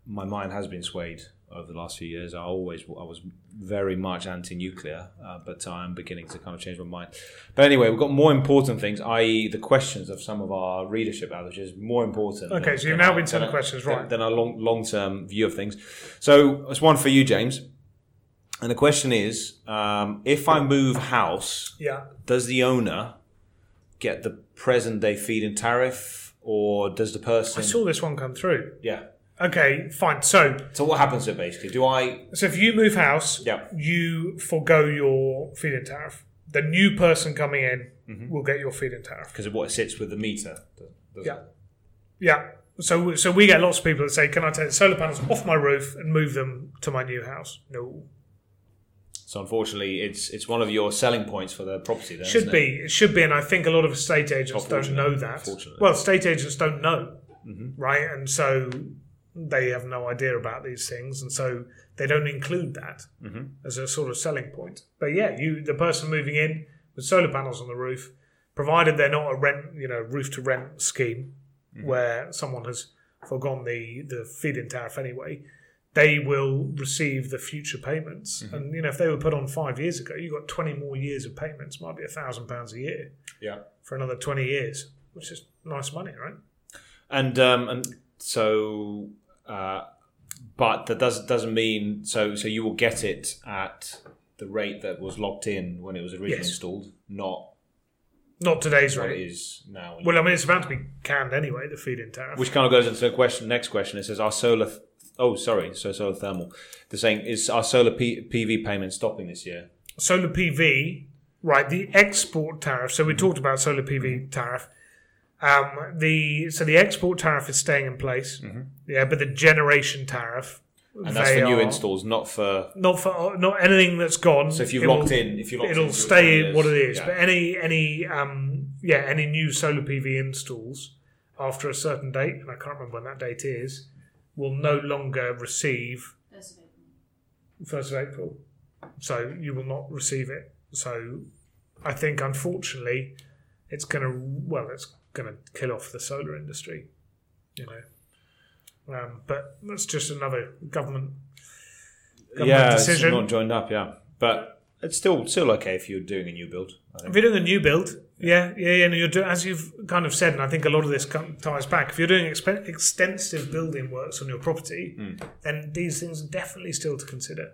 Speaker 2: my mind has been swayed over the last few years. I always I was very much anti-nuclear, uh, but I'm beginning to kind of change my mind. But anyway, we've got more important things, i.e., the questions of some of our readership out, which is more important.
Speaker 1: Okay,
Speaker 2: than-
Speaker 1: so you've
Speaker 2: than
Speaker 1: now
Speaker 2: our-
Speaker 1: been to
Speaker 2: than
Speaker 1: the
Speaker 2: our-
Speaker 1: questions,
Speaker 2: than-
Speaker 1: right.
Speaker 2: Than our long long-term view of things. So it's one for you, James. And the question is, um, if I move house,
Speaker 1: Yeah.
Speaker 2: does the owner get the present day feed in tariff or does the person
Speaker 1: I saw this one come through.
Speaker 2: yeah
Speaker 1: Okay, fine. So
Speaker 2: so what happens to it basically do i
Speaker 1: So if you move house,
Speaker 2: Yeah.
Speaker 1: you forego your feed-in tariff. The new person coming in will get your feed-in tariff.
Speaker 2: Mm-hmm. because of what it sits with the meter does
Speaker 1: Yeah. Yeah. So so we get lots of people that say, "Can I take the solar panels off my roof and move them to my new house?" No,
Speaker 2: so unfortunately it's it's one of your selling points for the property then
Speaker 1: should
Speaker 2: isn't
Speaker 1: be
Speaker 2: it?
Speaker 1: it should be, and I think a lot of estate agents don't know
Speaker 2: Unfortunately.
Speaker 1: that.
Speaker 2: Unfortunately.
Speaker 1: Well, estate agents don't know, right? And so they have no idea about these things, and so they don't include that as a sort of selling point. But yeah, you the person moving in with solar panels on the roof, provided they're not a rent, you know, roof to rent scheme where someone has forgone the the feed-in tariff anyway, they will receive the future payments. And you know, if they were put on five years ago, you got twenty more years of payments, might be a thousand pounds a year
Speaker 2: Yeah.
Speaker 1: for another twenty years, which is nice money, right?
Speaker 2: and um, and so uh, but that does doesn't mean so so you will get it at the rate that was locked in when it was originally
Speaker 1: Yes.
Speaker 2: installed not
Speaker 1: Not today's
Speaker 2: what it
Speaker 1: rate.
Speaker 2: is now
Speaker 1: Well, I mean, it's about to be canned anyway. The feed-in tariff.
Speaker 2: which kind of goes into the question next question it says our solar th- oh sorry so solar thermal they're saying is our solar P- pv payment stopping this year
Speaker 1: solar PV, right? The export tariff. So we
Speaker 2: Mm-hmm.
Speaker 1: talked about solar PV tariff. Um, the so the export tariff is staying in place. Yeah, but the generation tariff.
Speaker 2: Mm-hmm. and that's
Speaker 1: they
Speaker 2: for new
Speaker 1: are-
Speaker 2: installs not for
Speaker 1: Not for not anything that's gone.
Speaker 2: so if you've
Speaker 1: it will-
Speaker 2: locked in if you locked
Speaker 1: it'll
Speaker 2: in,
Speaker 1: stay what it is.
Speaker 2: yeah.
Speaker 1: But any any um yeah any new solar PV installs after a certain date, and I can't remember when that date is, will no longer receive
Speaker 3: That's a bit-
Speaker 1: first of April, so you will not receive it. So I think unfortunately, it's going to well, it's going to kill off the solar industry, you know. Um, but that's just another government government
Speaker 2: yeah it's
Speaker 1: decision.
Speaker 2: not joined up yeah but it's still still okay if you're doing a new build I think.
Speaker 1: If you're doing a new build, yeah, yeah, yeah, and you're do, as you've kind of said, and I think a lot of this com- ties back. If you're doing expen extensive building works on your property, then these things are definitely still to consider.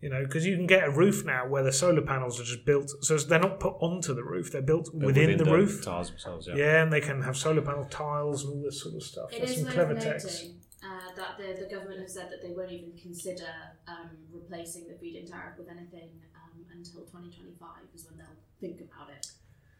Speaker 1: You know, because you can get a roof now where the solar panels are just built, so it's- they're not put onto the roof; they're built within, the, roof.
Speaker 2: tiles themselves. Yeah.
Speaker 1: Yeah, and they can have solar panel tiles and all this sort of stuff.
Speaker 3: It
Speaker 1: There's
Speaker 3: is
Speaker 1: some
Speaker 3: worth
Speaker 1: clever
Speaker 3: noting
Speaker 1: techs.
Speaker 3: Uh, that the, the government have said that they won't even consider um, replacing the feed-in tariff with anything um, until 2025 is when they'll think about it.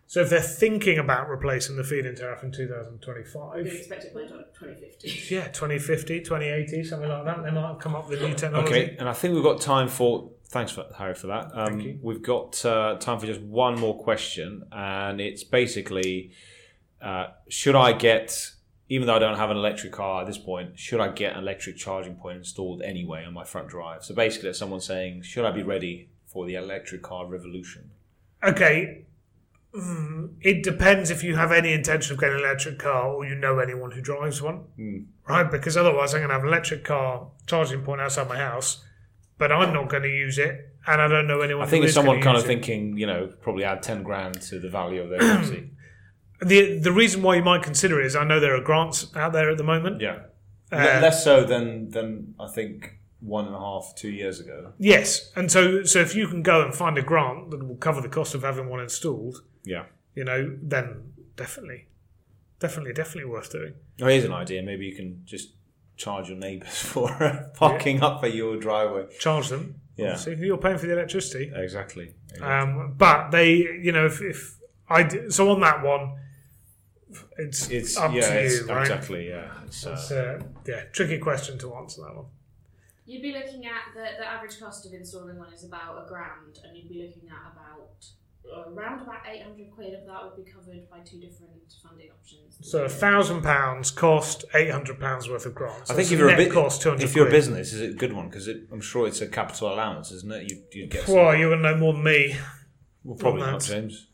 Speaker 1: So if they're thinking about replacing the feed-in tariff in 2025,
Speaker 3: We expect it by 2050.
Speaker 1: yeah, 2050, 2080, something like that, they might have come up with new technology.
Speaker 2: Okay, and I think we've got time for. Thanks, for, Harry, for that. Um,
Speaker 1: Thank you.
Speaker 2: We've got uh, time for just one more question, and it's basically: uh, Should I get, even though I don't have an electric car at this point, should I get an electric charging point installed anyway on my front drive? So basically, it's someone saying, should I be ready for the electric car revolution?
Speaker 1: Okay. Mm, It depends if you have any intention of getting an electric car or you know anyone who drives one.
Speaker 2: Hmm.
Speaker 1: Right? Because otherwise, I'm going to have an electric car charging point outside my house, but I'm not going to use it, and I don't know anyone
Speaker 2: I think
Speaker 1: who
Speaker 2: it's
Speaker 1: is gonna
Speaker 2: someone kind
Speaker 1: use
Speaker 2: of
Speaker 1: it.
Speaker 2: thinking, you know, probably add ten grand to the value of their property.
Speaker 1: The, the reason why you might consider it is I know there are grants out there at the moment.
Speaker 2: yeah,
Speaker 1: Uh,
Speaker 2: less so than than I think one and a half, two years ago.
Speaker 1: Yes. And so, so if you can go and find a grant that will cover the cost of having one installed,
Speaker 2: Yeah.
Speaker 1: you know, then definitely, definitely, definitely worth doing.
Speaker 2: Oh, here's an idea. Maybe you can just charge your neighbours for parking up at your driveway.
Speaker 1: Charge them.
Speaker 2: Yeah.
Speaker 1: obviously. You're paying for the electricity.
Speaker 2: Exactly.
Speaker 1: Um, but they, you know, if, if I d- so on that one, it's,
Speaker 2: it's
Speaker 1: up
Speaker 2: yeah,
Speaker 1: to
Speaker 2: it's,
Speaker 1: you, right?
Speaker 2: exactly. Yeah. It's, uh,
Speaker 1: It's, uh, yeah, tricky question to answer that one.
Speaker 3: You'd be looking at the, the average cost of installing one is about a grand, and you'd be looking at about uh, around about 800 quid of that would be covered by two different funding options.
Speaker 1: So a thousand pounds cost eight hundred pounds worth of grants.
Speaker 2: I think
Speaker 1: That's
Speaker 2: if you're a
Speaker 1: net
Speaker 2: bit,
Speaker 1: cost two hundred.
Speaker 2: if you're a business, is it a good one? Because I'm sure it's a capital allowance, isn't it? You you get some-
Speaker 1: well, you're gonna know more than me.
Speaker 2: well, probably
Speaker 1: well,
Speaker 2: not,
Speaker 1: that's-
Speaker 2: James.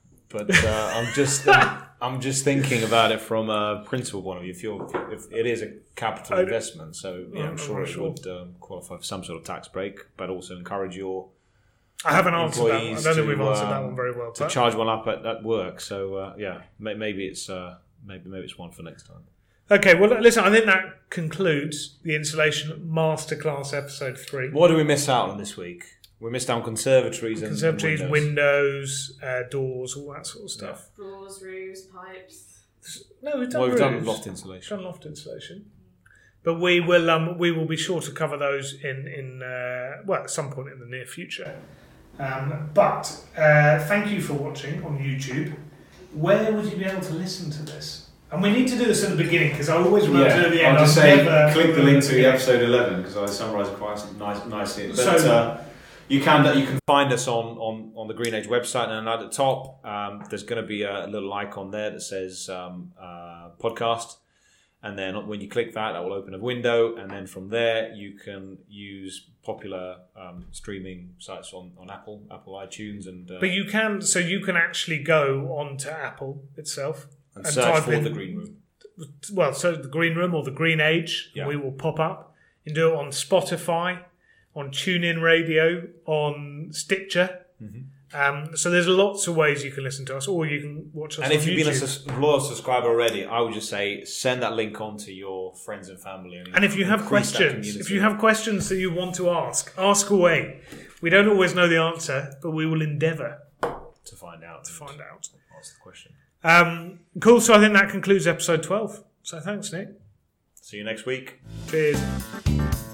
Speaker 2: But uh, I'm just think- I'm just thinking about it from a principal point of view. If you're if it is a capital
Speaker 1: I- Oh,
Speaker 2: investment, so yeah,
Speaker 1: I'm
Speaker 2: I'm
Speaker 1: not
Speaker 2: sure it
Speaker 1: sure.
Speaker 2: would um, qualify for some sort of tax break, but also encourage your
Speaker 1: I haven't answered that. One. I
Speaker 2: Employees
Speaker 1: don't think we've
Speaker 2: to,
Speaker 1: answered that
Speaker 2: um,
Speaker 1: one very well.
Speaker 2: to
Speaker 1: But
Speaker 2: charge one up at, at work. So uh, yeah, may, maybe it's uh, maybe maybe it's one for next time.
Speaker 1: okay, well, listen. I think that concludes the insulation masterclass episode three.
Speaker 2: What do we miss out on this week? We missed out on conservatories and
Speaker 1: Conservatories,
Speaker 2: and windows.
Speaker 1: windows, uh, doors, all that sort of stuff.
Speaker 3: Floors, roofs, pipes.
Speaker 1: No, we've done,
Speaker 2: Well, we've done
Speaker 1: roofs.
Speaker 2: loft insulation.
Speaker 1: John Loft installation. But we will um, we will be sure to cover those in in uh, well at some point in the near future. Um, but uh, thank you for watching on YouTube. Where would you be able to listen to this? And we need to do this at the beginning because I always remember to do it at the end. uh, I've never-
Speaker 2: episode eleven because I summarise quite nice, nicely.
Speaker 1: But, So- uh,
Speaker 2: you can you can find us on, on, on the Green Age website, and at the top um, there's going to be a little icon there that says um, uh, podcast, And then when you click that, that will open a window, and then from there you can use popular um, streaming sites on, on Apple, Apple iTunes, and uh,
Speaker 1: But you can, so you can actually go onto Apple itself
Speaker 2: and search
Speaker 1: type
Speaker 2: for
Speaker 1: in-
Speaker 2: the green room.
Speaker 1: well, so the Green Room or the Green Age,
Speaker 2: Yeah.
Speaker 1: we will pop up and do it on Spotify, on TuneIn Radio, on Stitcher.
Speaker 2: Mm-hmm.
Speaker 1: Um, so there's lots of ways you can listen to us, or you can watch us. on
Speaker 2: And if you've been a
Speaker 1: YouTube.
Speaker 2: sus- loyal subscriber already, I would just say send that link on to your friends and family.
Speaker 1: and if you have
Speaker 2: increase that
Speaker 1: questions, if
Speaker 2: community.
Speaker 1: you have questions that you want to ask, ask away. We don't always know the answer, but we will endeavour
Speaker 2: to find out, to
Speaker 1: to find out.
Speaker 2: ask the question.
Speaker 1: Um, cool. So I think that concludes episode 12. So thanks, Nick.
Speaker 2: See you next week.
Speaker 1: Cheers.